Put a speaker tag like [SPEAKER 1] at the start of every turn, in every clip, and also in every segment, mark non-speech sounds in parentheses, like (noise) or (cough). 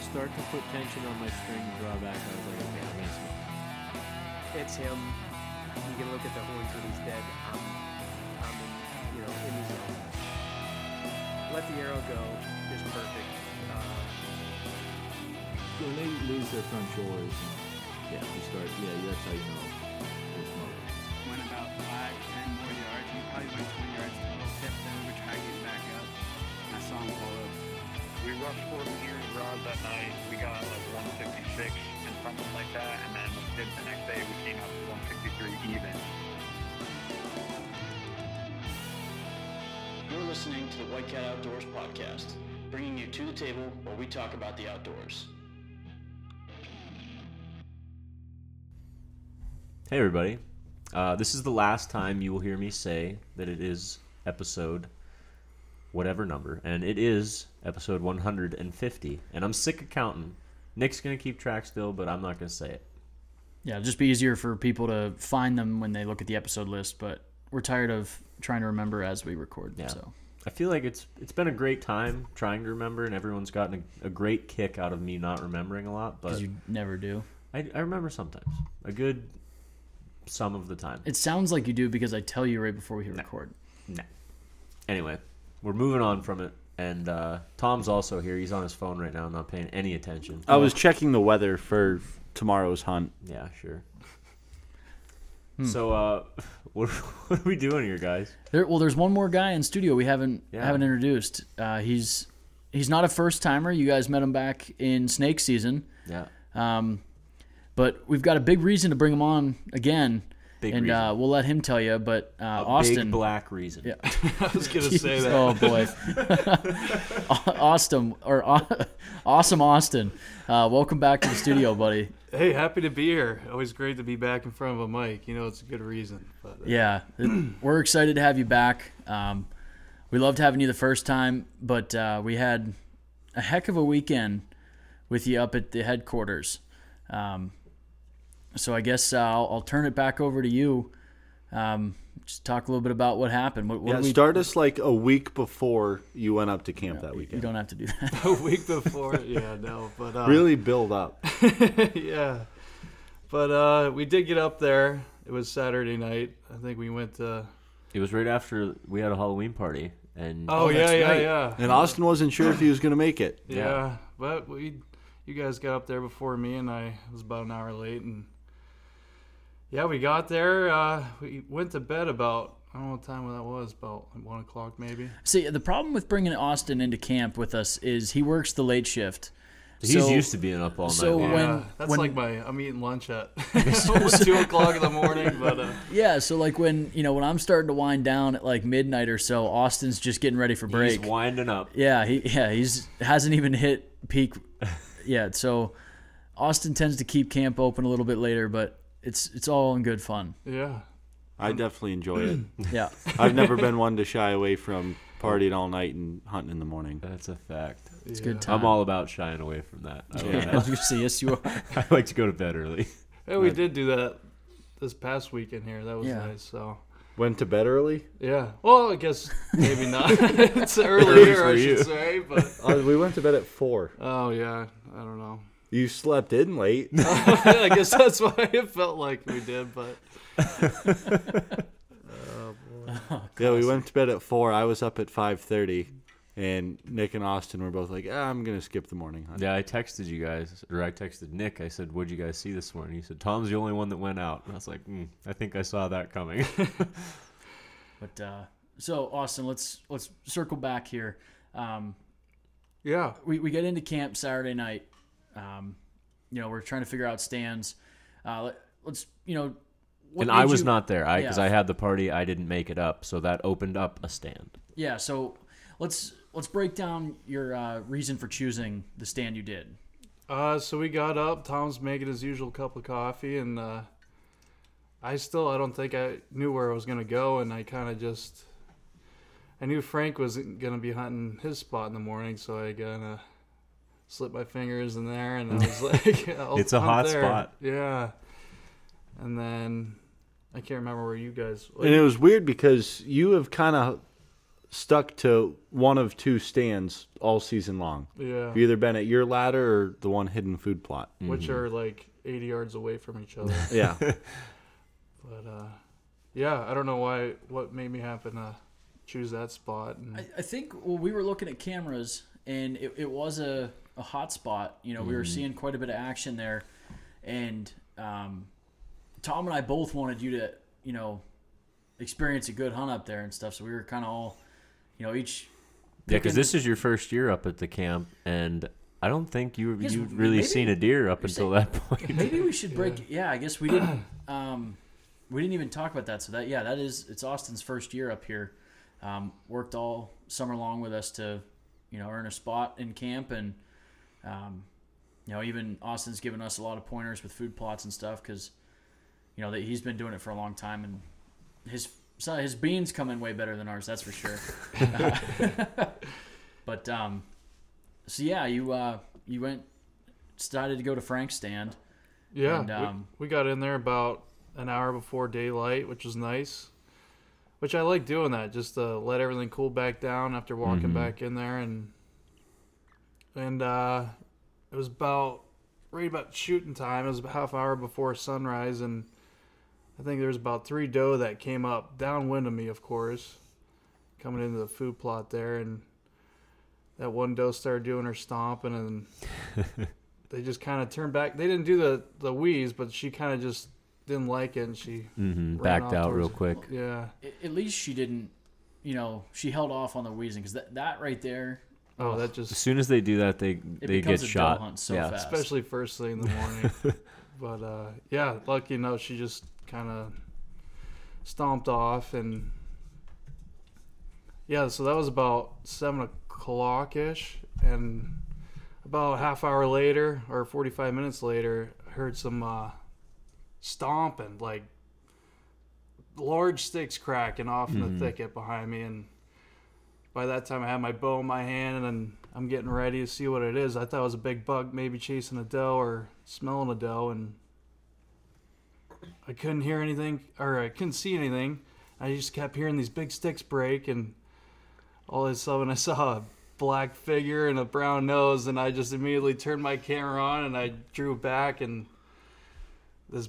[SPEAKER 1] start to put tension on my string drawback, I was like, okay, I'm gonna smoke.
[SPEAKER 2] It's him. You can look at the horns when he's dead. I'm, I'm in, you know, in the zone. Let the arrow go is perfect. Uh,
[SPEAKER 3] When they lose their front shoulders, yeah, you start. Yeah, that's how you know. They're smoking.
[SPEAKER 4] Went about five, ten more yards. He probably went 20 yards to the tip. Then we tried getting back up. I saw him pull up.
[SPEAKER 5] We rushed for the years rounds that night. We got like 166 and something like that. And then did the next day, we came up to 163 even.
[SPEAKER 6] You're listening to the White Cat Outdoors podcast, bringing you to the table where we talk about the outdoors.
[SPEAKER 1] Hey everybody, uh, this is the last time you will hear me say that it is episode whatever number, and it is episode 150. And I'm sick of counting. Nick's gonna keep track still, but I'm not gonna say it.
[SPEAKER 7] Yeah, it'll just be easier for people to find them when they look at the episode list, but we're tired of trying to remember as we record.
[SPEAKER 1] Yeah.
[SPEAKER 7] So
[SPEAKER 1] I feel like it's it's been a great time trying to remember, and everyone's gotten a, a great kick out of me not remembering a lot. But
[SPEAKER 7] because you never do.
[SPEAKER 1] I, I remember sometimes a good some of the time.
[SPEAKER 7] It sounds like you do because I tell you right before we hit record.
[SPEAKER 1] No. Anyway, we're moving on from it, and uh, Tom's also here. He's on his phone right now, not paying any attention.
[SPEAKER 8] I was checking the weather for tomorrow's hunt.
[SPEAKER 1] Yeah, sure.
[SPEAKER 7] Hmm.
[SPEAKER 1] So, uh, (laughs) what, what are we doing here, guys?
[SPEAKER 7] There, well, there's one more guy in studio we haven't
[SPEAKER 1] Yeah.
[SPEAKER 7] haven't introduced. Uh, he's he's not a first timer. You guys met him back in snake season,
[SPEAKER 1] Yeah,
[SPEAKER 7] um, but we've got a big reason to bring him on again,
[SPEAKER 1] Big
[SPEAKER 7] and uh, we'll let him tell you. But uh, Austin,
[SPEAKER 1] big black reason. (laughs)
[SPEAKER 7] Yeah.
[SPEAKER 9] I
[SPEAKER 7] (laughs)
[SPEAKER 9] was gonna say that.
[SPEAKER 7] Oh boy, Au- Oh, (laughs) Austin or Au- awesome Austin, uh, welcome back to the studio, buddy.
[SPEAKER 9] Hey, happy to be here. Always great to be back in front of a mic. You know, it's a good reason. But uh,
[SPEAKER 7] Yeah, it- we're excited to have you back. Um, we loved having you the first time, but uh, we had a heck of a weekend with you up at the headquarters. Um, so I guess uh, I'll, I'll turn it back over to you. Um, just talk a little bit about what happened. What, what
[SPEAKER 8] Yeah,
[SPEAKER 7] did we,
[SPEAKER 8] start us like a week before you went up to camp that
[SPEAKER 7] you
[SPEAKER 8] weekend.
[SPEAKER 7] don't have to do that.
[SPEAKER 9] a week before, yeah, no, but uh,
[SPEAKER 8] Really build up.
[SPEAKER 9] (laughs) yeah. But uh, we did get up there. It was Saturday night. I think we went
[SPEAKER 8] Oh,
[SPEAKER 9] to.
[SPEAKER 1] It was right after we had a Halloween party, and
[SPEAKER 9] Oh, yeah, yeah, yeah,
[SPEAKER 8] And Austin wasn't sure if he was going to make it.
[SPEAKER 9] yeah, But we, you guys got up there before me, and I was about an hour late. And yeah, we got there. Uh, we went to bed about I don't know what time that was. About one o'clock, maybe.
[SPEAKER 7] See, the problem with bringing Austin into camp with us is he works the late shift.
[SPEAKER 1] he's
[SPEAKER 7] so-
[SPEAKER 1] used to being up all night.
[SPEAKER 7] so
[SPEAKER 1] long.
[SPEAKER 7] when-
[SPEAKER 9] Yeah, that's
[SPEAKER 7] when-
[SPEAKER 9] like my I'm eating lunch at (laughs) almost two o'clock in the morning, but uh,
[SPEAKER 7] Yeah, so like when you know when I'm starting to wind down at like midnight or so, Austin's just getting ready for break.
[SPEAKER 1] he's winding up.
[SPEAKER 7] Yeah, he yeah he's hasn't even hit
[SPEAKER 1] (laughs)
[SPEAKER 7] peak yet. So Austin tends to keep camp open a little bit later, but it's it's all in
[SPEAKER 1] (laughs)
[SPEAKER 7] good fun.
[SPEAKER 9] yeah,
[SPEAKER 8] I definitely enjoy
[SPEAKER 9] (clears throat)
[SPEAKER 8] it.
[SPEAKER 7] Yeah,
[SPEAKER 8] I've never been one to shy away from partying all night and hunting in the morning.
[SPEAKER 1] That's a fact.
[SPEAKER 7] it's good time.
[SPEAKER 1] I'm all about shying away from that. (laughs) I, like
[SPEAKER 7] (laughs) yeah, you see, yes, you are.
[SPEAKER 1] that. I like to go to bed early.
[SPEAKER 9] Hey, we did do that this past weekend here. That was
[SPEAKER 7] Yeah.
[SPEAKER 9] nice. So
[SPEAKER 8] Went to bed early.
[SPEAKER 9] yeah. Well, I guess maybe not. it's earlier,
[SPEAKER 1] for
[SPEAKER 9] I should
[SPEAKER 1] you.
[SPEAKER 9] say. But
[SPEAKER 8] Uh, we went to bed at four.
[SPEAKER 9] oh yeah, I don't know. (laughs)
[SPEAKER 8] You slept in late.
[SPEAKER 9] I guess that's why it felt like we did. But
[SPEAKER 8] yeah, we went to bed at four. I was up at five thirty, and Nick and Austin were both like, ah, "I'm gonna skip the morning hunt."
[SPEAKER 1] Yeah, I texted you guys, or I texted Nick. I said, "What'd you guys see this morning?" He said, "Tom's the only one that went out." And I was like, mm, "I think I saw that coming."
[SPEAKER 7] But uh, so Austin, let's let's circle back here. Um,
[SPEAKER 9] yeah,
[SPEAKER 7] we, we get into camp Saturday night. Um, you know, we're trying to figure out stands. Uh, let, let's, you know, what
[SPEAKER 1] and I
[SPEAKER 7] made
[SPEAKER 1] was
[SPEAKER 7] you-
[SPEAKER 1] not there, I because
[SPEAKER 7] Yeah.
[SPEAKER 1] I had the party. I didn't make it up, so that opened up a stand.
[SPEAKER 7] Yeah. So let's let's break down your uh, reason for choosing the stand you did.
[SPEAKER 9] Uh, so we got up. Tom's making his usual cup of coffee, and uh, I still I don't think I knew where I was gonna go, and I kind of just I knew Frank was gonna be hunting his spot in the morning, so I kinda slipped my fingers in there, and
[SPEAKER 1] (laughs)
[SPEAKER 9] I was like, (laughs) I'll
[SPEAKER 1] It's a
[SPEAKER 9] hunt
[SPEAKER 1] hot
[SPEAKER 9] there.
[SPEAKER 1] spot.
[SPEAKER 9] yeah. And then I can't remember where you guys.
[SPEAKER 8] And it was weird because you have kind of stuck to one of two stands all season long.
[SPEAKER 9] Yeah.
[SPEAKER 8] You've either been at your ladder or the one hidden food plot.
[SPEAKER 9] which
[SPEAKER 1] Mm-hmm.
[SPEAKER 9] are like 80 yards away from each other.
[SPEAKER 8] (laughs) Yeah.
[SPEAKER 9] but uh, yeah, I don't know why. What made me happen to choose that spot? And,
[SPEAKER 1] Mm-hmm.
[SPEAKER 7] I, I think well, we were looking at cameras, and it, it was a, a hot spot. You know, we
[SPEAKER 1] Mm-hmm.
[SPEAKER 7] were seeing quite a bit of action there, and um, Tom and I both wanted you to, you know, experience a good hunt up there and stuff. So we were kind of all, you know, each.
[SPEAKER 1] Yeah, because
[SPEAKER 7] picking-
[SPEAKER 1] this is your first year up at the camp, and I don't think you
[SPEAKER 7] Yes,
[SPEAKER 1] you've really
[SPEAKER 7] maybe-
[SPEAKER 1] seen a deer up until
[SPEAKER 7] saying-
[SPEAKER 1] that (laughs) point.
[SPEAKER 7] Maybe we should break. Yeah, I guess we didn't. (clears throat) Um, we didn't even talk about that. So that yeah, that is it's Austin's first year up here. Um, worked all summer long with us to, you know, earn a spot in camp, and um, you know even Austin's given us a lot of pointers with food plots and stuff because, you know, that he's been doing it for a long time, and his so his beans come in way better than ours. That's for sure. but um, so yeah, you uh, you went decided to go to Frank's stand.
[SPEAKER 9] yeah,
[SPEAKER 7] and,
[SPEAKER 9] we-
[SPEAKER 7] um,
[SPEAKER 9] we, got in there about an hour before daylight, which was nice. Which I like doing that, just to let everything cool back down after walking back in there, and and uh, it was about right about shooting time. It was about half hour before sunrise, and I think there was about three doe that came up downwind of me, of course, coming into the food plot there, and that one doe started doing her stomp, and then they just kind of turned back. They didn't do the the wheeze, but she kind of just didn't like it, and she
[SPEAKER 1] hmm
[SPEAKER 9] ran
[SPEAKER 1] Backed
[SPEAKER 9] off
[SPEAKER 1] out
[SPEAKER 9] towards
[SPEAKER 1] real
[SPEAKER 9] it.
[SPEAKER 1] quick.
[SPEAKER 9] yeah.
[SPEAKER 7] A- At least she didn't, you know, she held off on the wheezing because that, that right there,
[SPEAKER 9] Oh, that
[SPEAKER 1] As
[SPEAKER 9] just
[SPEAKER 1] soon as they do that, they
[SPEAKER 7] it
[SPEAKER 1] they
[SPEAKER 7] becomes
[SPEAKER 1] get
[SPEAKER 7] a
[SPEAKER 1] shot.
[SPEAKER 7] doe hunt so
[SPEAKER 1] yeah.
[SPEAKER 7] fast.
[SPEAKER 9] especially first thing in the morning. but uh, yeah, lucky enough, she just kind of stomped off, and yeah, so that was about seven o'clock ish, and about a half hour later or forty five minutes later, I heard some uh, stomping, like large sticks cracking off in the thicket behind me, and by that time I had my bow in my hand and I'm getting ready to see what it is. I thought it was a big buck, maybe chasing a doe or smelling a doe, and I couldn't hear anything or I couldn't see anything. I just kept hearing these big sticks break, and all of a sudden I saw a black figure and a brown nose, and I just immediately turned my camera on and I drew back, and this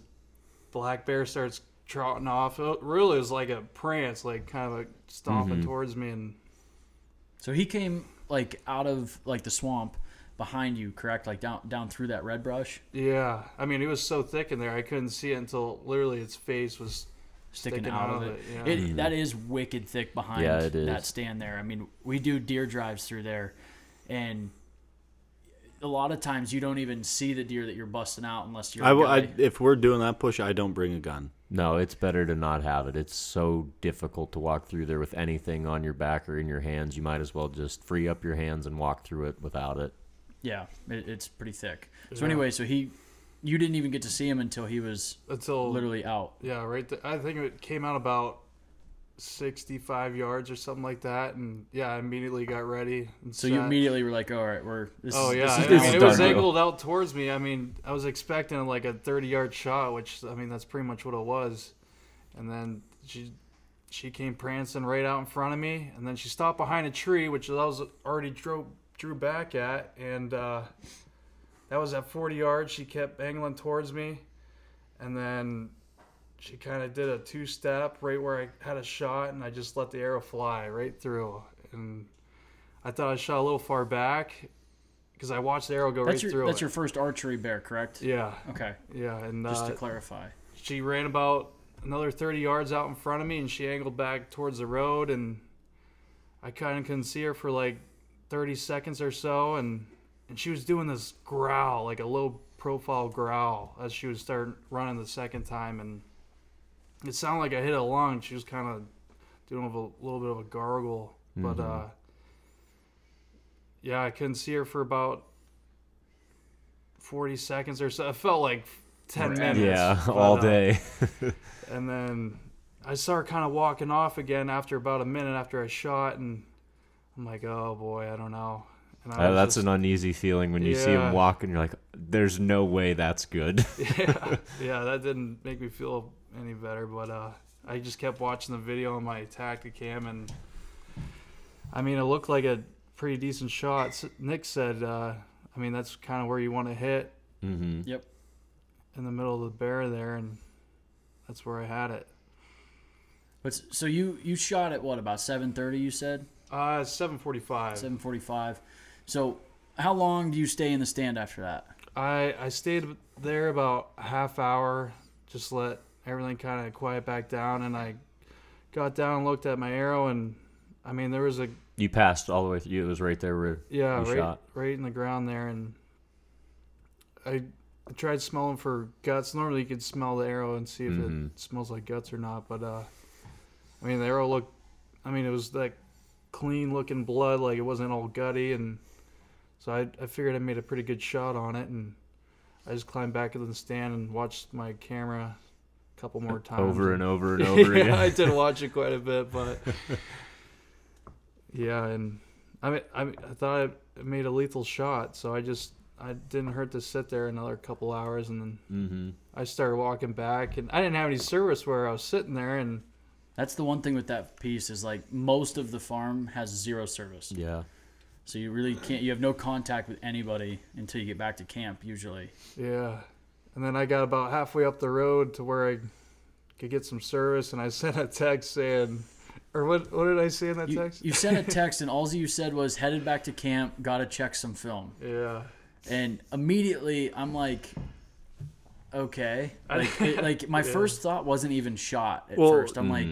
[SPEAKER 9] black bear starts trotting off. It really was like a prance, like kind of like stomping towards me, and
[SPEAKER 7] So he came like out of like the swamp behind you, correct? Like down down through that red brush,
[SPEAKER 9] Yeah, I mean, it was so thick in there, I couldn't see it until literally its face was.
[SPEAKER 7] sticking,
[SPEAKER 9] Sticking
[SPEAKER 7] out, of it.
[SPEAKER 9] yeah.
[SPEAKER 7] It- that is wicked thick behind
[SPEAKER 1] Mm-hmm. Yeah, it
[SPEAKER 7] that
[SPEAKER 1] is.
[SPEAKER 7] stand there. I mean, we do deer drives through there, and a lot of times you don't even see the deer that you're busting out unless you're.
[SPEAKER 8] (laughs) I, will-
[SPEAKER 7] a
[SPEAKER 8] I
[SPEAKER 7] guy.
[SPEAKER 8] if we're doing that push, I don't bring a gun.
[SPEAKER 1] No, it's better to not have it. It's so difficult to walk through there with anything on your back or in your hands. You might as well just free up your hands and walk through it without it.
[SPEAKER 7] Yeah, it, it's pretty thick. So anyway, so he, you didn't even get to see him until he was
[SPEAKER 9] Until
[SPEAKER 7] literally out.
[SPEAKER 9] yeah, right. Th- I think it came out about sixty-five yards or something like that, and yeah, I immediately got ready. And
[SPEAKER 7] So you
[SPEAKER 9] set.
[SPEAKER 7] immediately were like, all right, we're this
[SPEAKER 9] Oh
[SPEAKER 7] is,
[SPEAKER 9] yeah,
[SPEAKER 7] this
[SPEAKER 9] I
[SPEAKER 7] is
[SPEAKER 9] mean,
[SPEAKER 1] this is
[SPEAKER 9] it was
[SPEAKER 1] done deal.
[SPEAKER 9] angled out towards me. I mean, I was expecting like a thirty-yard shot, which I mean that's pretty much what it was. And then she she came prancing right out in front of me, and then she stopped behind a tree, which I was already drew drew back at, and uh, that was at forty yards. She kept angling towards me, and then she kind of did a two-step right where I had a shot, and I just let the arrow fly right through, and. I thought I shot a little far back because I watched the arrow go
[SPEAKER 7] that's
[SPEAKER 9] right
[SPEAKER 7] your
[SPEAKER 9] through
[SPEAKER 7] that's
[SPEAKER 9] it.
[SPEAKER 7] your first archery bear, correct?
[SPEAKER 9] yeah,
[SPEAKER 7] Okay,
[SPEAKER 9] yeah, and
[SPEAKER 7] just
[SPEAKER 9] uh,
[SPEAKER 7] to clarify.
[SPEAKER 9] she ran about another 30 yards out in front of me, and she angled back towards the road, and I kind of couldn't see her for like 30 seconds or so, and and she was doing this growl, like a low profile growl, as she was starting running the second time, and it sounded like I hit a lung. She was kind of doing a little bit of a gargle, but uh, yeah, I couldn't see her for about 40 seconds or so. It felt like 10
[SPEAKER 7] Forever.
[SPEAKER 9] minutes.
[SPEAKER 1] Yeah,
[SPEAKER 9] but,
[SPEAKER 1] all
[SPEAKER 9] uh,
[SPEAKER 1] day.
[SPEAKER 9] (laughs) and then I saw her kind of walking off again after about a minute after I shot, and I'm like, oh boy, I don't know. And I
[SPEAKER 1] Uh,
[SPEAKER 9] was
[SPEAKER 1] that's
[SPEAKER 9] just-
[SPEAKER 1] an uneasy feeling when you see
[SPEAKER 9] Yeah.
[SPEAKER 1] him walk and you're like, "There's no way that's good."
[SPEAKER 9] (laughs)
[SPEAKER 1] (laughs)
[SPEAKER 9] yeah, that didn't make me feel any better, but uh, I just kept watching the video on my tacticam, and I mean, it looked like a pretty decent shot. S- Nick said, uh, I mean, that's kind of where you want to hit
[SPEAKER 1] Mm-hmm.
[SPEAKER 7] Yep.
[SPEAKER 9] in the middle of the bear there, and that's where I had it.
[SPEAKER 7] But s- so you you shot at what about 7:30? You said
[SPEAKER 9] Uh, 745.
[SPEAKER 7] 7:45. So how long do you stay in the stand after that?
[SPEAKER 9] I I stayed there about a half hour, just let everything kind of quiet back down, and I got down and looked at my arrow, and I mean there was a
[SPEAKER 1] You passed all the way through. It was right there where
[SPEAKER 9] yeah
[SPEAKER 1] you
[SPEAKER 9] right
[SPEAKER 1] shot.
[SPEAKER 9] right in the ground there, and I I tried smelling for guts. Normally you could smell the arrow and see if
[SPEAKER 1] Mhm.
[SPEAKER 9] it smells like guts or not, but uh, I mean the arrow looked, I mean it was like clean looking blood, like it wasn't all gutty, and so I I figured I made a pretty good shot on it and. I just climbed back into the stand and watched my camera a couple more times.
[SPEAKER 1] Over and over
[SPEAKER 9] (laughs)
[SPEAKER 1] and over
[SPEAKER 9] yeah,
[SPEAKER 1] again.
[SPEAKER 9] I did watch it quite a
[SPEAKER 1] (laughs)
[SPEAKER 9] bit, but yeah, and I mean, I, mean, I thought it made a lethal shot, so I just I didn't hurt to sit there another couple hours, and then
[SPEAKER 1] Mm-hmm.
[SPEAKER 9] I started walking back, and I didn't have any service where I was sitting there, and
[SPEAKER 7] That's the one thing with that piece is like most of the farm has zero service.
[SPEAKER 1] Yeah.
[SPEAKER 7] So you really can't you have no contact with anybody until you get back to camp usually.
[SPEAKER 9] yeah, and then I got about halfway up the road to where I could get some service, and I (laughs) sent a text saying, or what what did I say in that
[SPEAKER 7] You,
[SPEAKER 9] text?
[SPEAKER 7] you sent
[SPEAKER 9] (laughs)
[SPEAKER 7] a text and all you said was headed back to camp, got to check some film.
[SPEAKER 9] yeah.
[SPEAKER 7] And immediately I'm like okay. Like it, like my first thought wasn't even shot at
[SPEAKER 8] Well,
[SPEAKER 7] first. I'm like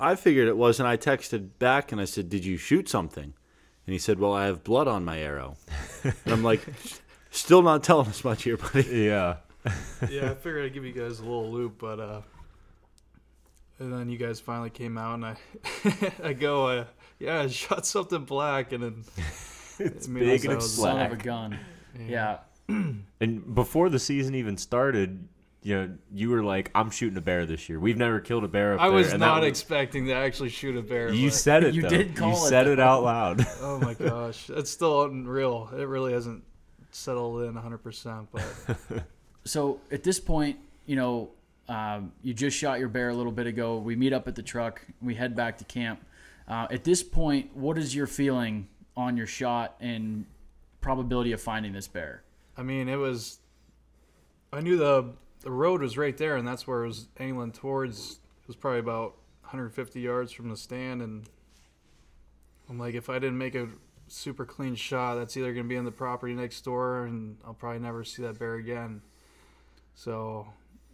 [SPEAKER 8] I figured it was, and I texted back and I said, "Did you shoot something?" And he said, "Well, I have blood on my arrow." and I'm like, "Still not telling us much here, buddy."
[SPEAKER 1] Yeah.
[SPEAKER 9] yeah, I figured I'd give you guys a little loop, but uh, and then you guys finally came out, and I, (laughs) I go, uh, yeah, I shot something black, and then it's
[SPEAKER 1] big and it's
[SPEAKER 7] son of a
[SPEAKER 1] Black.
[SPEAKER 7] gun. Yeah.
[SPEAKER 1] And before the season even started, you know, you were like, "I'm shooting a bear this year. We've never killed a bear up
[SPEAKER 9] I
[SPEAKER 1] there."
[SPEAKER 9] was
[SPEAKER 1] and that
[SPEAKER 9] not expecting to actually shoot a bear.
[SPEAKER 1] You
[SPEAKER 9] but-
[SPEAKER 1] said it.
[SPEAKER 7] You
[SPEAKER 1] though.
[SPEAKER 7] did
[SPEAKER 1] You
[SPEAKER 7] call it
[SPEAKER 1] said
[SPEAKER 7] that.
[SPEAKER 1] it out
[SPEAKER 9] (laughs)
[SPEAKER 8] (laughs)
[SPEAKER 1] loud.
[SPEAKER 9] oh my gosh, it's still unreal. It really hasn't settled in 100, percent but
[SPEAKER 7] so at this point, you know, um, you just shot your bear a little bit ago. We meet up at the truck. We head back to camp. Uh, at this point, what is your feeling on your shot and probability of finding this bear?
[SPEAKER 9] I mean, it was. I knew the the road was right there, and that's where it was angling towards. It was probably about 150 yards from the stand, and I'm like, if I didn't make a super clean shot, that's either gonna be on the property next door, and I'll probably never see that bear again. So,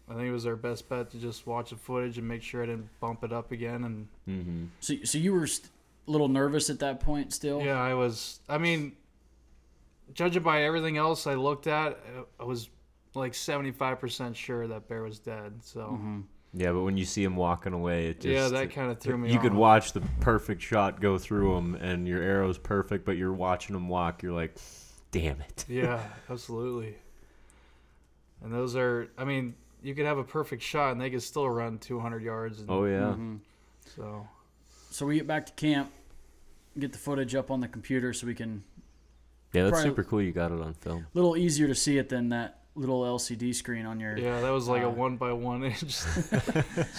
[SPEAKER 9] I think it was our best bet to just watch the footage and make sure I didn't bump it up again, and
[SPEAKER 1] mm-hmm.
[SPEAKER 7] So, so you were st- a little nervous at that point still?
[SPEAKER 9] Yeah, I was. I mean, judging by everything else I looked at, I I was like 75% sure that bear was dead. So,
[SPEAKER 1] Yeah, but when you see him walking away, it just
[SPEAKER 9] yeah, that kind of threw me
[SPEAKER 1] You could
[SPEAKER 9] off.
[SPEAKER 1] watch the perfect shot go through him, and your arrow's perfect, but you're watching him walk. You're like, "Damn it!"
[SPEAKER 9] Yeah, absolutely. And those are, I mean, you could have a perfect shot and they could still run 200 yards. And,
[SPEAKER 1] Oh yeah.
[SPEAKER 9] Mm-hmm. So,
[SPEAKER 7] So we get back to camp, get the footage up on the computer so we can
[SPEAKER 1] Yeah, that's
[SPEAKER 7] Probably-
[SPEAKER 1] super cool. You got it on film.
[SPEAKER 7] a little easier to see it than that little LCD screen on your.
[SPEAKER 9] yeah, that was like
[SPEAKER 7] Uh,
[SPEAKER 9] a one by one (laughs) inch.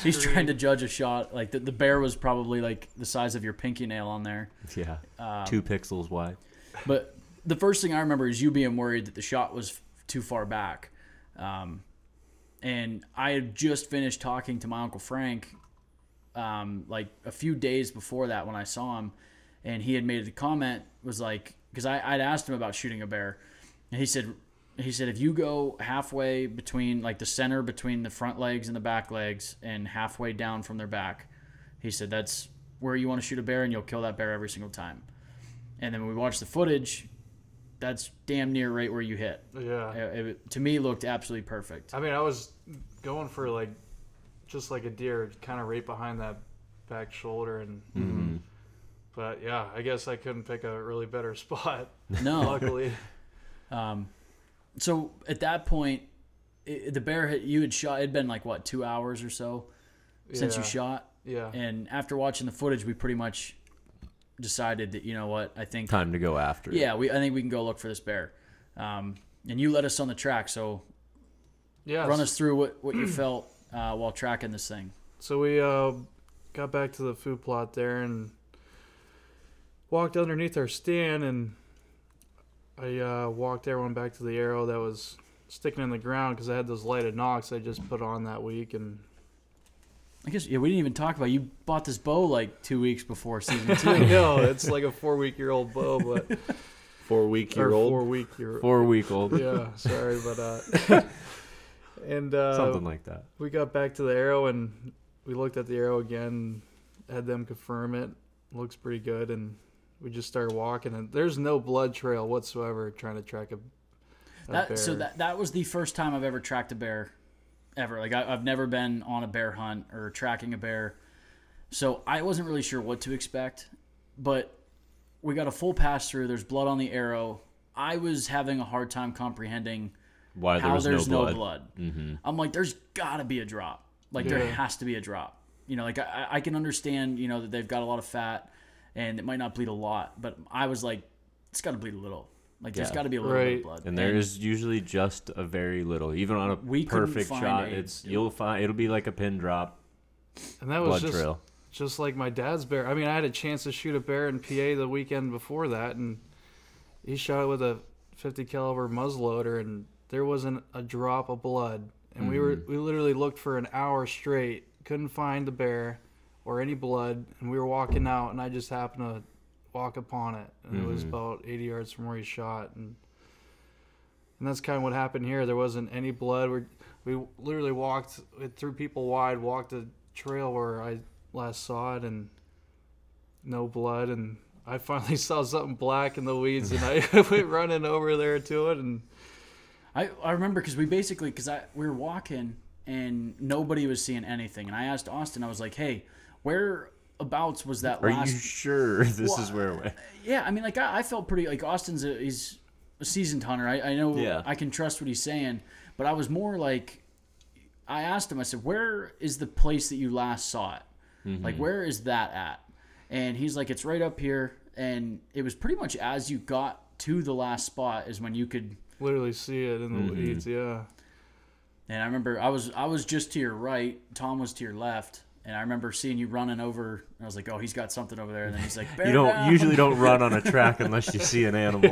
[SPEAKER 7] He's trying to judge a shot like the, the bear was probably like the size of your pinky nail on there.
[SPEAKER 1] Yeah,
[SPEAKER 9] Um,
[SPEAKER 1] two pixels wide.
[SPEAKER 7] But the first thing I remember is you being worried that the shot was f- too far back. Um, and I had just finished talking to my uncle Frank, um, like a few days before that when I saw him, and he had made the comment was like, because I'd asked him about shooting a bear, and he said, he said if you go halfway between like the center between the front legs and the back legs and halfway down from their back, he said that's where you want to shoot a bear and you'll kill that bear every single time. And then when we watched the footage, that's damn near right where you hit.
[SPEAKER 9] yeah.
[SPEAKER 7] It, it- to me, looked absolutely perfect.
[SPEAKER 1] (laughs)
[SPEAKER 9] I mean, I was going for like just like a deer, kind of right behind that back shoulder, and
[SPEAKER 8] Mm-hmm.
[SPEAKER 9] but yeah, I guess I couldn't pick a really better (laughs) spot.
[SPEAKER 7] No,
[SPEAKER 9] Luckily,
[SPEAKER 7] so at that point, it, the bear hit you had shot. It had been like what two hours or so since you
[SPEAKER 9] Yeah.
[SPEAKER 7] shot,
[SPEAKER 9] yeah,
[SPEAKER 7] and after watching the footage, we pretty much decided that you know what I think.
[SPEAKER 1] Time to go after. it.
[SPEAKER 7] Yeah, we I think we can go look for this bear. Um, and you led us on the track, so
[SPEAKER 9] yeah.
[SPEAKER 7] run us through what what you felt uh, while tracking this thing.
[SPEAKER 9] So we uh, got back to the food plot there, and walked underneath our stand and I uh, walked everyone back to the arrow that was sticking in the ground because I had those lighted knocks I just put on that week and
[SPEAKER 7] I guess yeah, we didn't even talk about you bought this bow like two weeks
[SPEAKER 1] (laughs)
[SPEAKER 7] before season two.
[SPEAKER 9] I know it's like a four week year old bow, but
[SPEAKER 8] Four week
[SPEAKER 9] or
[SPEAKER 8] year
[SPEAKER 9] four
[SPEAKER 8] old.
[SPEAKER 9] week year
[SPEAKER 1] Four week
[SPEAKER 9] (laughs)
[SPEAKER 1] old. (laughs)
[SPEAKER 9] Yeah, sorry, but uh, and uh,
[SPEAKER 1] Something like that.
[SPEAKER 9] we got back to the arrow and we looked at the arrow again, had them confirm it. Looks pretty good, and we just started walking. And there's no blood trail whatsoever trying to track a. a
[SPEAKER 7] That, so
[SPEAKER 9] bear.
[SPEAKER 7] that that was the first time I've ever tracked a bear, ever. Like I, I've never been on a bear hunt or tracking a bear, so I wasn't really sure what to expect. But we got a full pass through. There's blood on the arrow. I was having a hard time comprehending
[SPEAKER 1] Why there
[SPEAKER 7] how
[SPEAKER 1] was
[SPEAKER 7] there's
[SPEAKER 1] no
[SPEAKER 7] no
[SPEAKER 1] blood. Mm-hmm.
[SPEAKER 7] blood. I'm like, there's got to be a drop. Like there
[SPEAKER 9] Yeah.
[SPEAKER 7] has to be a drop. You know, like I, I can understand, you know, that they've got a lot of fat and it might not bleed a lot, but I was like, it's got to bleed a little. Like there's
[SPEAKER 1] Yeah.
[SPEAKER 7] got to be a little bit
[SPEAKER 9] Right.
[SPEAKER 7] of blood.
[SPEAKER 1] And there is usually just a very little, even on a
[SPEAKER 7] We couldn't
[SPEAKER 1] perfect
[SPEAKER 7] find
[SPEAKER 1] shot.
[SPEAKER 7] a-
[SPEAKER 1] It's you'll find it'll be like a pin drop
[SPEAKER 9] and that was
[SPEAKER 1] blood
[SPEAKER 9] just
[SPEAKER 1] trail.
[SPEAKER 9] just like my dad's bear. I mean, I had a chance to shoot a bear in PA the weekend before that, and he shot it with a 50 caliber muzzleloader, and there wasn't a drop of blood. And we were we literally looked for an hour straight, couldn't find the bear or any blood, and we were walking out, and I just happened to walk upon it, and it was about 80 yards from where he shot, and and that's kind of what happened here. There wasn't any blood. We we literally walked it threw people wide, walked a trail where I last saw it, and no blood. And I (laughs) finally saw something black in the weeds, and I (laughs) went running over there to it. And
[SPEAKER 7] I, I remember because we basically because I we were walking and nobody was seeing anything, and I asked Austin, I was like, "Hey, whereabouts was that
[SPEAKER 1] Are
[SPEAKER 7] last?"
[SPEAKER 1] you sure (laughs) this is where?
[SPEAKER 9] (laughs)
[SPEAKER 1] we
[SPEAKER 7] yeah, I mean, like I, I felt pretty like Austin's a, he's a seasoned hunter. I, I know
[SPEAKER 1] Yeah.
[SPEAKER 7] I can trust what he's saying, but I was more like I asked him. I said, "Where is the place that you last saw it? Like,
[SPEAKER 1] Mm-hmm.
[SPEAKER 7] where is that at?" And he's like, "It's right up here." And it was pretty much as you got to the last spot is when you could
[SPEAKER 9] literally see it in the weeds. Yeah,
[SPEAKER 7] And I remember I was I was just to your right, Tom was to your left, and I remember seeing you running over. And I was like, "Oh, he's got something over there." And then he's like,
[SPEAKER 1] (laughs)
[SPEAKER 7] "Bear
[SPEAKER 1] You don't
[SPEAKER 7] down."
[SPEAKER 1] usually don't run on a track unless you see an (laughs) animal.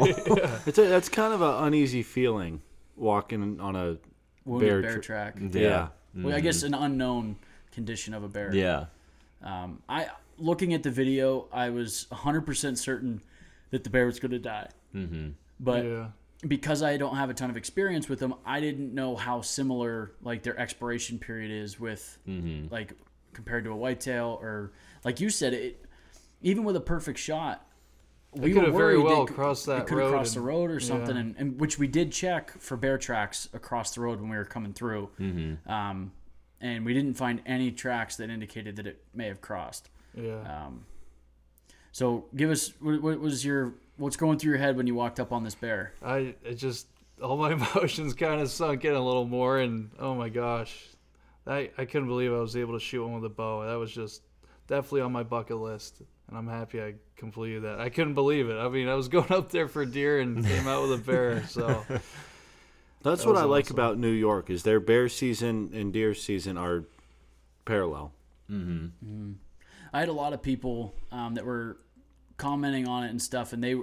[SPEAKER 8] It's a, that's kind of an uneasy feeling walking on a
[SPEAKER 7] wounded
[SPEAKER 8] bear
[SPEAKER 7] bear,
[SPEAKER 8] tra-
[SPEAKER 7] track."
[SPEAKER 8] yeah.
[SPEAKER 1] (laughs)
[SPEAKER 7] Well, I guess an unknown condition of a bear.
[SPEAKER 1] mm-hmm. yeah.
[SPEAKER 7] Um, I looking at the video, I was 100 percent certain that the bear was going to die. Mm-hmm. But
[SPEAKER 9] yeah.
[SPEAKER 7] because I don't have a ton of experience with them, I didn't know how similar like their expiration period is with
[SPEAKER 9] Mm-hmm.
[SPEAKER 7] like compared to a whitetail or like you said it. Even with a perfect shot, we
[SPEAKER 9] could
[SPEAKER 7] were
[SPEAKER 9] have very
[SPEAKER 7] worried
[SPEAKER 9] well
[SPEAKER 7] it,
[SPEAKER 9] crossed that
[SPEAKER 7] it could
[SPEAKER 9] road
[SPEAKER 7] have crossed
[SPEAKER 9] and-
[SPEAKER 7] the road or something,
[SPEAKER 9] yeah.
[SPEAKER 7] and, and which we did check for bear tracks across the road when we were coming through, mm-hmm. um, and we didn't find any tracks that indicated that it may have crossed.
[SPEAKER 9] yeah.
[SPEAKER 7] Um, so give us what, what was your what's going through your head when you walked up on this bear?
[SPEAKER 9] I it just all my (laughs) emotions kind of sunk in a little more, and oh my gosh, I I couldn't believe I was able to shoot one with a bow. That was just definitely on my bucket list, and I'm happy I completed that. I couldn't believe it. I mean, I was (laughs) going up there for deer and came out with a bear.
[SPEAKER 1] (laughs)
[SPEAKER 9] So
[SPEAKER 8] That's what
[SPEAKER 9] was
[SPEAKER 8] I like
[SPEAKER 9] awesome.
[SPEAKER 8] about New York is their bear season and deer season are parallel.
[SPEAKER 7] I had a lot of people um, that were commenting on it and stuff, and they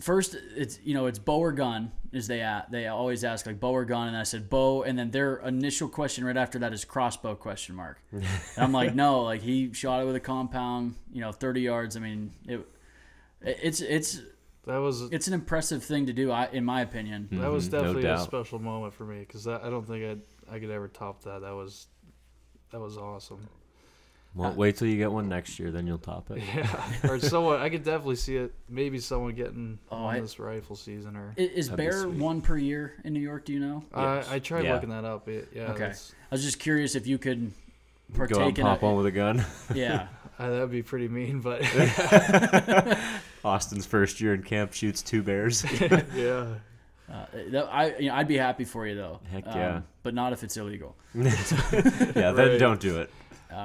[SPEAKER 7] first it's you know it's bow or gun is they at they always ask like bow or gun, and I said bow, and then their initial question right after that is crossbow
[SPEAKER 1] (laughs)
[SPEAKER 7] question mark. and I'm like no, like he shot it with a compound, you know, 30 yards. I mean it. It's it's
[SPEAKER 9] that was
[SPEAKER 7] it's an impressive thing to do, I, in my opinion.
[SPEAKER 9] that was
[SPEAKER 1] Mhm, no
[SPEAKER 9] definitely a
[SPEAKER 1] doubt.
[SPEAKER 9] special moment for me because I, I don't think I I could ever top that. That was that was awesome.
[SPEAKER 1] Well, wait till you get one next year, then you'll top
[SPEAKER 9] (laughs)
[SPEAKER 1] it.
[SPEAKER 9] Yeah,
[SPEAKER 1] (laughs)
[SPEAKER 9] or someone I could definitely see it. Maybe someone getting
[SPEAKER 7] Oh,
[SPEAKER 9] on
[SPEAKER 7] I-
[SPEAKER 9] this rifle season or
[SPEAKER 7] I- Is
[SPEAKER 1] That'd be
[SPEAKER 7] bear
[SPEAKER 1] sweet.
[SPEAKER 7] one per year in New York? Do you know?
[SPEAKER 9] I, I tried
[SPEAKER 1] Yeah.
[SPEAKER 9] looking that up. It, yeah,
[SPEAKER 7] Okay.
[SPEAKER 9] that's-
[SPEAKER 7] I was just curious if you could partake
[SPEAKER 1] Go out and
[SPEAKER 7] in
[SPEAKER 1] pop
[SPEAKER 7] a,
[SPEAKER 1] one with a gun. (laughs)
[SPEAKER 7] Yeah.
[SPEAKER 9] uh, that'd be pretty mean, but (laughs)
[SPEAKER 1] Austin's first year in camp shoots two
[SPEAKER 9] (laughs)
[SPEAKER 1] bears.
[SPEAKER 9] yeah,
[SPEAKER 7] Uh, that- I, you know, I'd be happy for you though. Um,
[SPEAKER 1] Heck yeah.
[SPEAKER 9] Um,
[SPEAKER 7] but not if it's illegal.
[SPEAKER 9] (laughs)
[SPEAKER 1] yeah, then don't do it. (clears throat)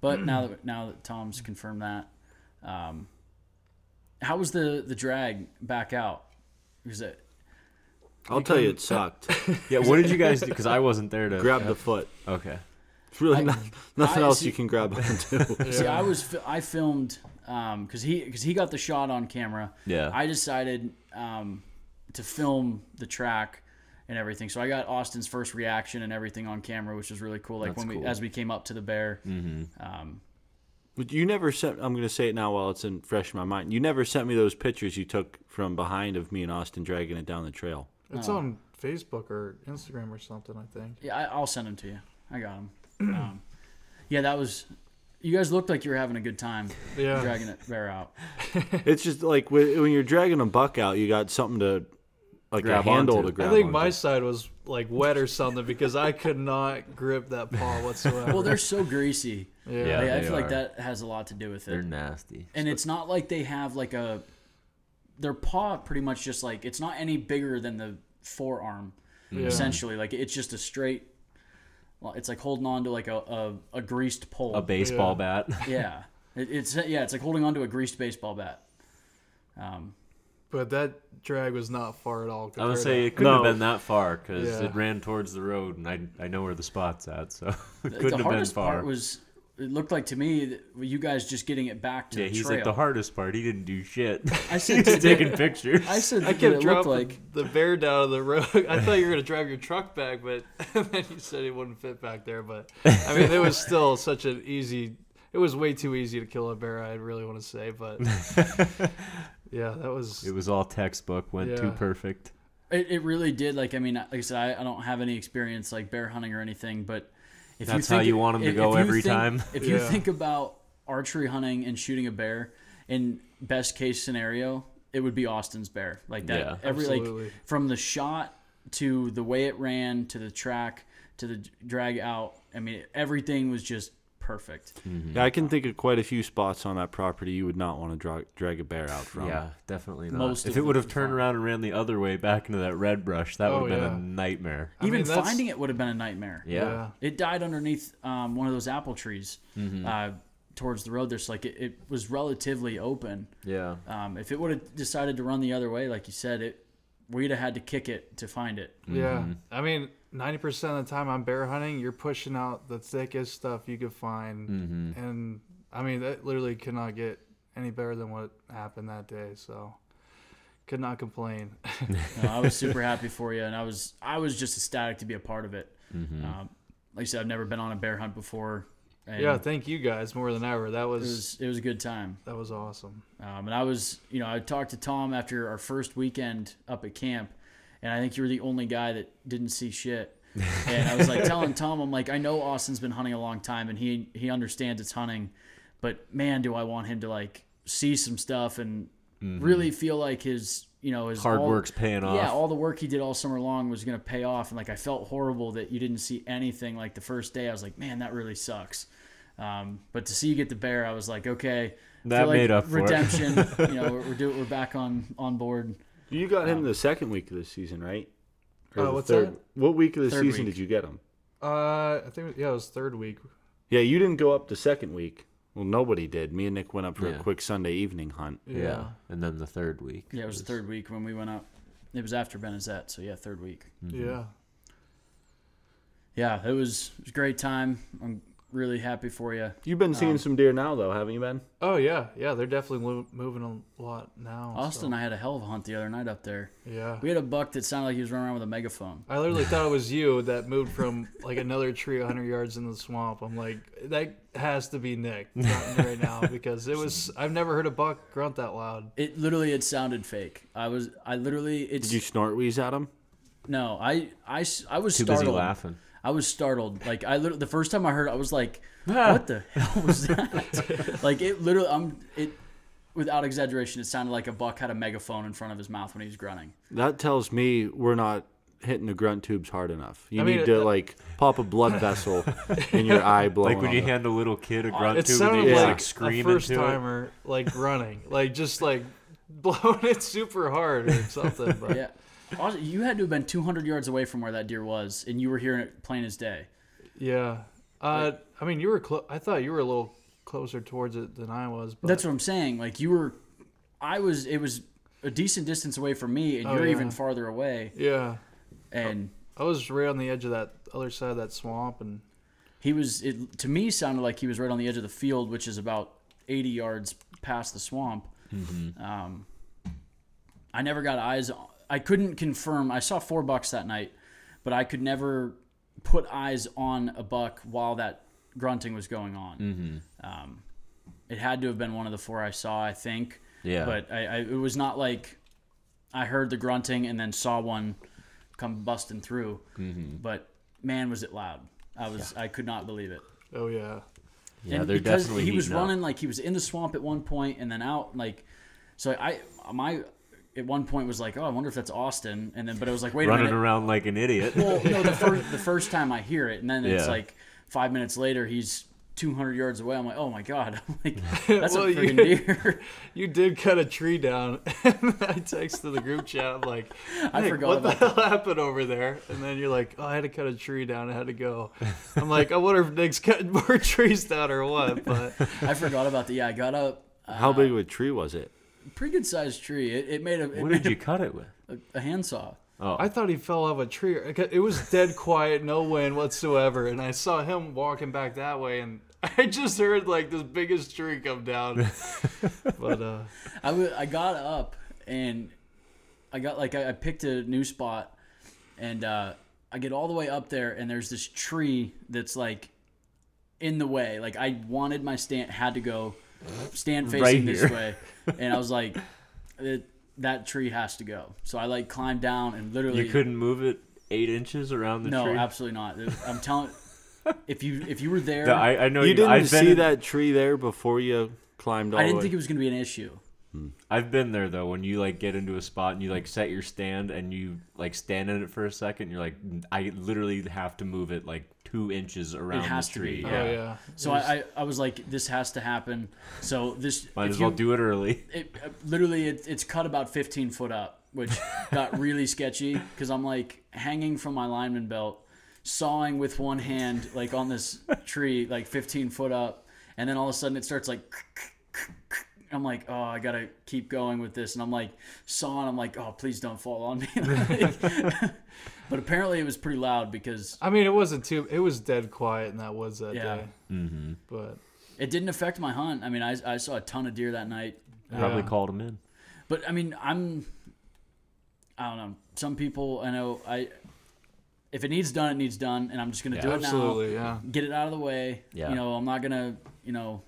[SPEAKER 7] But now that now that Tom's confirmed that, um, how was the the drag back out? Was it?
[SPEAKER 8] I'll tell you, it sucked.
[SPEAKER 1] Yeah, what did you guys do? (laughs) Because I wasn't there to
[SPEAKER 9] (laughs)
[SPEAKER 8] grab the foot.
[SPEAKER 1] Okay.
[SPEAKER 8] It's really
[SPEAKER 7] I-
[SPEAKER 8] not, nothing
[SPEAKER 7] I
[SPEAKER 8] else
[SPEAKER 7] see-
[SPEAKER 9] (laughs)
[SPEAKER 8] you can grab onto.
[SPEAKER 7] See, I was fi- I filmed because he because he got the shot on camera.
[SPEAKER 1] Yeah.
[SPEAKER 7] I decided um, to film the track and everything, so I got Austin's first reaction and everything on camera, which was really cool. Like
[SPEAKER 1] That's
[SPEAKER 7] when we
[SPEAKER 1] cool. Mm-hmm.
[SPEAKER 7] as we came up to the bear, um,
[SPEAKER 8] But you never sent. I'm going to say it now while it's in fresh in my mind. You never sent me those pictures you took from behind of me and Austin dragging it down the trail.
[SPEAKER 9] It's on Facebook or Instagram or something, I think.
[SPEAKER 7] yeah, I, I'll send them to you. I got them. Um, yeah, that was. You guys looked like you were having a good time
[SPEAKER 9] Yeah.
[SPEAKER 7] dragging that bear out.
[SPEAKER 8] It's just like when when you're dragging a buck out, you got something to like
[SPEAKER 1] Grab
[SPEAKER 8] a handle
[SPEAKER 1] onto.
[SPEAKER 8] to
[SPEAKER 9] I
[SPEAKER 8] grab.
[SPEAKER 9] think
[SPEAKER 8] onto.
[SPEAKER 9] my side was like wet or something because I could not grip that paw whatsoever.
[SPEAKER 7] Well, they're so greasy.
[SPEAKER 9] yeah.
[SPEAKER 1] (laughs) Yeah.
[SPEAKER 7] Like, I
[SPEAKER 1] they
[SPEAKER 7] feel
[SPEAKER 1] are.
[SPEAKER 7] like that has a lot to do with it.
[SPEAKER 1] They're nasty.
[SPEAKER 7] and it's not like they have like a their paw pretty much just like it's not any bigger than the forearm
[SPEAKER 9] Yeah.
[SPEAKER 7] essentially like it's just a straight well, it's like holding on to like a, a, a greased pole
[SPEAKER 1] A baseball (laughs) bat.
[SPEAKER 7] yeah it, it's yeah it's like holding on to a greased baseball bat um,
[SPEAKER 9] But that drag was not far at all.
[SPEAKER 1] I would
[SPEAKER 9] compared
[SPEAKER 1] say
[SPEAKER 9] to-
[SPEAKER 1] it couldn't have been that far because
[SPEAKER 9] Yeah.
[SPEAKER 1] it ran towards the road, and I I know where the spot's at, so (laughs) it
[SPEAKER 7] the
[SPEAKER 1] couldn't have been
[SPEAKER 7] hardest
[SPEAKER 1] far.
[SPEAKER 7] part was it looked like to me that you guys just getting it back to
[SPEAKER 1] yeah,
[SPEAKER 7] the
[SPEAKER 1] he's
[SPEAKER 7] trail.
[SPEAKER 1] like the hardest part. He didn't do shit. (laughs)
[SPEAKER 7] I
[SPEAKER 1] He's
[SPEAKER 7] said
[SPEAKER 1] just
[SPEAKER 7] to-
[SPEAKER 1] taking pictures.
[SPEAKER 7] I said that
[SPEAKER 9] I kept
[SPEAKER 7] it looked
[SPEAKER 9] dropping
[SPEAKER 7] like
[SPEAKER 9] the bear down on the road. (laughs) I thought you were gonna drive your truck back, but (laughs) then you said it wouldn't fit back there. But I mean, it was still such an easy. It was way too easy to kill a bear. I really want to say, but yeah, that was.
[SPEAKER 1] It was all textbook. Went too
[SPEAKER 9] Yeah.
[SPEAKER 1] perfect.
[SPEAKER 7] It, it really did. Like I mean, like I said, I, I don't have any experience like bear hunting or anything, but if
[SPEAKER 1] That's
[SPEAKER 7] you think
[SPEAKER 1] how you want 'em to
[SPEAKER 7] if-
[SPEAKER 1] go
[SPEAKER 7] if you
[SPEAKER 1] every
[SPEAKER 7] think-
[SPEAKER 1] time.
[SPEAKER 7] If you
[SPEAKER 9] Yeah.
[SPEAKER 7] think about archery hunting and shooting a bear, in best case scenario, it would be Austin's bear. Like that.
[SPEAKER 1] Yeah.
[SPEAKER 7] every
[SPEAKER 9] Absolutely.
[SPEAKER 7] like from the shot to the way it ran to the track to the d- drag out. I mean, everything was just perfect.
[SPEAKER 8] Yeah, I can think of quite a few spots on that property you would not want to drag, drag a bear out from.
[SPEAKER 1] Yeah, definitely not.
[SPEAKER 7] Most
[SPEAKER 1] if
[SPEAKER 7] of
[SPEAKER 1] it
[SPEAKER 7] them
[SPEAKER 1] would have
[SPEAKER 7] would be
[SPEAKER 1] turned
[SPEAKER 7] fine.
[SPEAKER 1] around and ran the other way back into that red brush, that
[SPEAKER 9] Oh,
[SPEAKER 1] would have been a
[SPEAKER 9] yeah.
[SPEAKER 1] nightmare.
[SPEAKER 9] I
[SPEAKER 7] Even
[SPEAKER 9] mean, that's-
[SPEAKER 7] finding it would have been a nightmare.
[SPEAKER 1] Yeah.
[SPEAKER 7] It died underneath um, one of those apple trees
[SPEAKER 9] Mm-hmm.
[SPEAKER 7] uh, towards the road. There's like it, it was relatively open.
[SPEAKER 1] Yeah.
[SPEAKER 7] Um, if it would have decided to run the other way, like you said, it we'd have had to kick it to find it.
[SPEAKER 9] Yeah. I mean, 90% of the time I'm bear hunting, you're pushing out the thickest stuff you could find. And I mean, that literally could not get any better than what happened that day. So could not complain. (laughs)
[SPEAKER 7] No, I was super happy for you, and I was I was just ecstatic to be a part of it. Um, like I said, I've never been on a bear hunt before. And
[SPEAKER 9] Mm-hmm. yeah.
[SPEAKER 7] it
[SPEAKER 9] Thank you guys more than ever. That was,
[SPEAKER 7] was it was a good time.
[SPEAKER 9] that was awesome.
[SPEAKER 7] Um, and I was, you know, I talked to Tom after our first weekend up at camp, and I think you were the only guy that didn't see shit. And I was like telling Tom, I'm like, I know Austin's been hunting a long time, and he he understands it's hunting, but man, do I want him to like see some stuff and really feel like his, you know, his
[SPEAKER 1] Hard
[SPEAKER 7] all-
[SPEAKER 1] work's paying off.
[SPEAKER 7] Yeah, all the work he did all summer long was gonna pay off, and like I felt horrible that you didn't see anything. Like the first day, I was like, man, that really sucks. Um, but to see you get the bear, I was like, okay, I
[SPEAKER 1] That
[SPEAKER 7] feel like
[SPEAKER 1] made up for it. (laughs)
[SPEAKER 7] redemption. you know, we're, we're do we're back on on board.
[SPEAKER 8] You got him the second week of the season, right? Or
[SPEAKER 9] Uh,
[SPEAKER 8] the
[SPEAKER 9] what's
[SPEAKER 8] third?
[SPEAKER 9] that?
[SPEAKER 8] What week of the
[SPEAKER 7] Third
[SPEAKER 8] season
[SPEAKER 7] week.
[SPEAKER 8] did you get him?
[SPEAKER 9] Uh, I think, it was- yeah, it was third week.
[SPEAKER 8] Yeah, you didn't go up the second week. Well, nobody did. Me and Nick went up for
[SPEAKER 1] Yeah.
[SPEAKER 8] a quick Sunday evening hunt.
[SPEAKER 1] yeah. And then the third week.
[SPEAKER 7] Yeah, it was the third week when we went up. It was after Benazet, so yeah, third week.
[SPEAKER 9] Yeah.
[SPEAKER 7] Yeah, it was, it was a great time. I'm really happy for you.
[SPEAKER 8] You've been seeing some deer now, though, haven't you, Ben?
[SPEAKER 9] Oh, yeah. Yeah. They're definitely lo- moving a lot now.
[SPEAKER 7] Austin,
[SPEAKER 9] so-
[SPEAKER 7] I had a hell of a hunt the other night up there.
[SPEAKER 9] yeah.
[SPEAKER 7] We had a buck that sounded like he was running around with a megaphone.
[SPEAKER 9] I literally thought it was you that moved from like another tree 100 yards in the swamp. I'm like, that has to be Nick grunting right now because it was. I've never heard a buck grunt that loud.
[SPEAKER 7] It literally it sounded fake. I was I literally it's
[SPEAKER 8] Did you snort wheeze at him?
[SPEAKER 7] no I I s- I was
[SPEAKER 1] Too
[SPEAKER 7] startled.
[SPEAKER 1] busy laughing.
[SPEAKER 7] I was startled. Like I literally, the first time I heard, it, I
[SPEAKER 1] (laughs)
[SPEAKER 7] was like, "What the hell was that?" (laughs) like it literally, I'm it, without exaggeration, it sounded like a buck had a megaphone in front of his mouth when he was grunting.
[SPEAKER 8] That tells me we're not hitting the grunt tubes hard enough. You
[SPEAKER 9] I mean,
[SPEAKER 8] need to
[SPEAKER 9] uh,
[SPEAKER 8] like pop a blood vessel in your eye, blowing.
[SPEAKER 1] Like when
[SPEAKER 8] on
[SPEAKER 1] you
[SPEAKER 8] the-
[SPEAKER 1] hand a little kid a grunt
[SPEAKER 9] It
[SPEAKER 1] tube and they
[SPEAKER 9] sounded
[SPEAKER 8] just,
[SPEAKER 1] just
[SPEAKER 9] like,
[SPEAKER 1] like scream
[SPEAKER 9] a first
[SPEAKER 1] into it.
[SPEAKER 9] timer like grunting, like just like (laughs) blowing it super hard or something. But
[SPEAKER 7] Yeah, Also, you had to have been 200 yards away from where that deer was, and you were hearing it plain as day.
[SPEAKER 9] yeah, uh, I mean, you were. Clo- I thought you were a little closer towards it than I was. But
[SPEAKER 7] That's what I'm saying. Like you were, I was. It was a decent distance away from me, and
[SPEAKER 9] Oh,
[SPEAKER 7] you're
[SPEAKER 9] yeah.
[SPEAKER 7] even farther away.
[SPEAKER 9] yeah.
[SPEAKER 7] And
[SPEAKER 9] I was right on the edge of that other side of that swamp, and
[SPEAKER 7] he was. It to me sounded like he was right on the edge of the field, which is about 80 yards past the swamp. Um, I never got eyes. On, I couldn't confirm. I saw four bucks that night, but I could never put eyes on a buck while that grunting was going on. Um, it had to have been one of the four I saw, I think.
[SPEAKER 1] Yeah.
[SPEAKER 7] But I, I, it was not like I heard the grunting and then saw one come busting through.
[SPEAKER 1] Mm-hmm.
[SPEAKER 7] But man, was it loud! I was I could not believe it.
[SPEAKER 9] Oh yeah.
[SPEAKER 1] Yeah,
[SPEAKER 7] And
[SPEAKER 1] they're
[SPEAKER 7] because
[SPEAKER 1] definitely
[SPEAKER 7] He was
[SPEAKER 1] heating up.
[SPEAKER 7] running like he was in the swamp at one point and then out like. So I my at one point was like, oh, I wonder if that's Austin, and then but I was like, wait a
[SPEAKER 1] running
[SPEAKER 7] minute.
[SPEAKER 1] around like an idiot.
[SPEAKER 7] Well, no,
[SPEAKER 1] (laughs)
[SPEAKER 7] the first the first time I hear it, and then it's
[SPEAKER 1] Yeah.
[SPEAKER 7] like five minutes later, he's. 200 yards away, I'm like, oh my god, (laughs) I'm
[SPEAKER 1] (laughs)
[SPEAKER 7] like, that's
[SPEAKER 9] Well,
[SPEAKER 7] a
[SPEAKER 9] you-
[SPEAKER 7] freaking deer. (laughs)
[SPEAKER 9] You did cut a tree down. (laughs) and I texted the group chat I'm like,
[SPEAKER 1] (laughs)
[SPEAKER 7] I
[SPEAKER 9] "Nick,
[SPEAKER 7] forgot
[SPEAKER 9] what the
[SPEAKER 7] about
[SPEAKER 9] hell happened over there. And then you're like, oh, I had to cut a tree down. I had to go. I'm like, I wonder if Nick's cutting (laughs) more trees down or what. But
[SPEAKER 7] I forgot about the yeah. I got up,
[SPEAKER 8] How big of a tree was it?
[SPEAKER 7] pretty good sized tree. It, it made a it
[SPEAKER 1] what
[SPEAKER 7] made
[SPEAKER 1] did you cut it with?
[SPEAKER 7] a, a handsaw.
[SPEAKER 9] I thought he fell off a tree. It was dead quiet, no wind whatsoever. And I saw him walking back that way, and (laughs) I just heard like this biggest tree come down. but uh,
[SPEAKER 7] I wa- I got up and I got like I, I picked a new spot and uh, I get all the way up there and there's this tree that's like in the way. Like I wanted my stand had to go stand facing
[SPEAKER 1] Right
[SPEAKER 7] this
[SPEAKER 1] here.
[SPEAKER 7] way, and I was like, it, that tree has to go. So I like climbed down and literally
[SPEAKER 1] You couldn't move it eight inches around the
[SPEAKER 7] no,
[SPEAKER 1] tree.
[SPEAKER 7] absolutely not. It- I'm telling if you if you were there,
[SPEAKER 1] No, I, I know
[SPEAKER 8] You didn't
[SPEAKER 1] I've been
[SPEAKER 8] see
[SPEAKER 1] in-
[SPEAKER 8] that tree there before you climbed all
[SPEAKER 7] I didn't
[SPEAKER 8] the way.
[SPEAKER 7] think it was gonna be an issue.
[SPEAKER 1] I've been there though. When you like get into a spot and you like set your stand and you like stand in it for a second, you're like, I literally have to move it like two inches around
[SPEAKER 7] has
[SPEAKER 1] the
[SPEAKER 7] to
[SPEAKER 1] tree.
[SPEAKER 7] be, yeah.
[SPEAKER 9] oh yeah,
[SPEAKER 7] So I, I, I was like, this has to happen. So this
[SPEAKER 1] Might
[SPEAKER 7] if
[SPEAKER 1] as well
[SPEAKER 7] you-
[SPEAKER 1] do it early.
[SPEAKER 7] it uh, literally it, it's cut about 15 foot up
[SPEAKER 1] (laughs)
[SPEAKER 7] which got really sketchy because i'm like hanging from my lineman belt sawing with one hand like
[SPEAKER 1] (laughs)
[SPEAKER 7] on this tree like 15 foot up and then all of a sudden it starts like i'm like oh i gotta keep going with this and i'm like sawing i'm like oh please don't fall on me (laughs) but apparently it was pretty loud because
[SPEAKER 9] I mean it wasn't too. It was dead quiet in that woods that
[SPEAKER 7] Yeah.
[SPEAKER 9] day.
[SPEAKER 1] Mm-hmm.
[SPEAKER 9] But
[SPEAKER 7] it didn't affect my hunt i mean i, I saw a ton of deer that night
[SPEAKER 1] Probably
[SPEAKER 9] Yeah.
[SPEAKER 1] called him in.
[SPEAKER 7] But I mean, I'm. I don't know. Some people I know. I if it needs done, it needs done, and I'm just gonna do it
[SPEAKER 9] absolutely, yeah.
[SPEAKER 7] now. Get it out of the way.
[SPEAKER 1] Yeah.
[SPEAKER 7] You know, I'm not gonna. You know.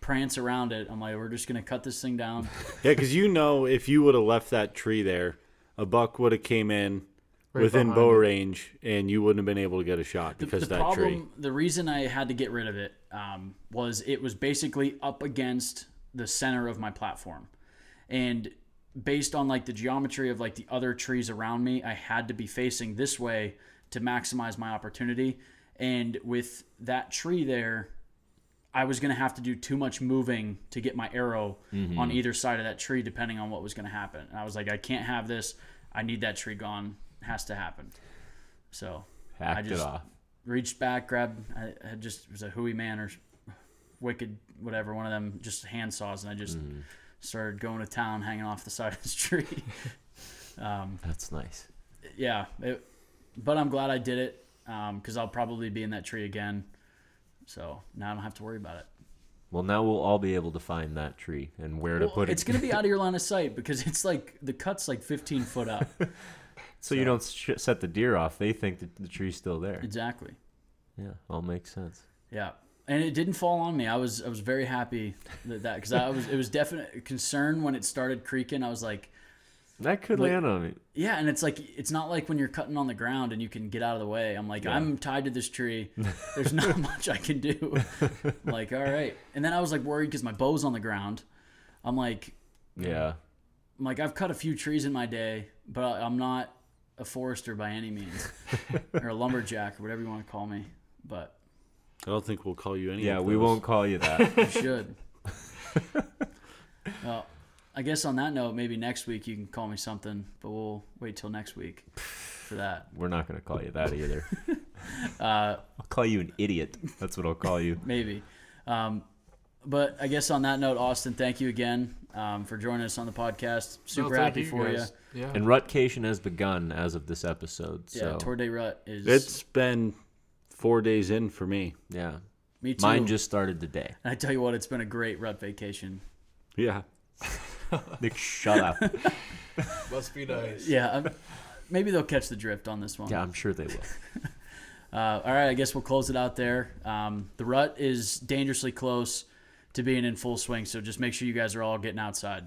[SPEAKER 7] Prance around it. I'm like, we're just gonna cut this thing down.
[SPEAKER 8] Yeah, because you know, if you would have left that tree there, a buck would have came in within
[SPEAKER 9] behind
[SPEAKER 8] bow
[SPEAKER 9] it.
[SPEAKER 8] range, and you wouldn't have been able to get a shot because of that tree.
[SPEAKER 7] the reason I had to get rid of it um, was it was basically up against the center of my platform, and based on like the geometry of like the other trees around me, I had to be facing this way to maximize my opportunity. And with that tree there, I was gonna have to do too much moving to get my arrow
[SPEAKER 8] Mm-hmm.
[SPEAKER 7] on either side of that tree, depending on what was gonna happen. And I was like, I can't have this. I need that tree gone. It has to happen. So
[SPEAKER 1] Hacked
[SPEAKER 7] I just
[SPEAKER 1] it off.
[SPEAKER 7] reached back, grabbed. I, I just it was a hooey man or wicked whatever one of them, just hand saws, and I just
[SPEAKER 1] Mm-hmm.
[SPEAKER 7] started going to town, hanging off the (laughs) side of this tree.
[SPEAKER 1] That's nice.
[SPEAKER 7] yeah, it, but I'm glad I did it because I'll probably be in that tree again. So now I don't have to worry about it.
[SPEAKER 1] Well, now we'll all be able to find that tree and where to
[SPEAKER 7] Well,
[SPEAKER 1] put it.
[SPEAKER 7] it's
[SPEAKER 1] (laughs)
[SPEAKER 7] gonna be out of your line of sight because it's like the cut's like 15
[SPEAKER 1] (laughs)
[SPEAKER 7] foot up.
[SPEAKER 1] so you don't sh- set the deer off. They think that the tree's still there.
[SPEAKER 7] exactly.
[SPEAKER 1] Yeah, all makes sense.
[SPEAKER 7] Yeah, and it didn't fall on me. I was I was very happy that that because I was it was definite concern when it started creaking. I was like,
[SPEAKER 1] That could land on me.
[SPEAKER 7] Yeah, and it's like it's not like when you're cutting on the ground and you can get out of the way. I'm like, I'm tied to this tree. There's not (laughs) much I can do. I'm like, all right. And then I was like worried because my bow's on the ground. I'm like,
[SPEAKER 1] Yeah.
[SPEAKER 7] I'm like I've cut a few trees in my day, but I- I'm not a forester by any means, or a lumberjack or whatever you want to call me. But
[SPEAKER 8] I don't think we'll call you any.
[SPEAKER 1] Yeah,
[SPEAKER 8] of
[SPEAKER 1] we
[SPEAKER 8] those.
[SPEAKER 1] won't call you (laughs) that.
[SPEAKER 7] you should. well, I guess on that note, maybe next week you can call me something, but we'll wait till next week for that.
[SPEAKER 1] We're not going to call you that either. uh, (laughs) I'll call you an idiot. That's what I'll call you.
[SPEAKER 7] maybe. Um, but I guess on that note, Austin, thank you again um, for joining us on the podcast. Super
[SPEAKER 9] No, thank
[SPEAKER 7] happy for you.
[SPEAKER 9] guys. Yeah.
[SPEAKER 1] And rutcation has begun as of this episode.
[SPEAKER 7] Yeah,
[SPEAKER 1] So
[SPEAKER 7] Tour de Rut is
[SPEAKER 8] It's been four days in for me.
[SPEAKER 1] yeah,
[SPEAKER 7] Me too.
[SPEAKER 1] Mine just started today.
[SPEAKER 7] And (laughs) I tell you what, it's been a great rut vacation.
[SPEAKER 8] Yeah.
[SPEAKER 1] Nick, shut up.
[SPEAKER 9] Must be nice.
[SPEAKER 7] Yeah, I'm- maybe they'll catch the drift on this one.
[SPEAKER 1] Yeah, I'm sure they will.
[SPEAKER 7] (laughs) Uh, all right, I guess we'll close it out there. Um, the rut is dangerously close to being in full swing, so just make sure you guys are all getting outside.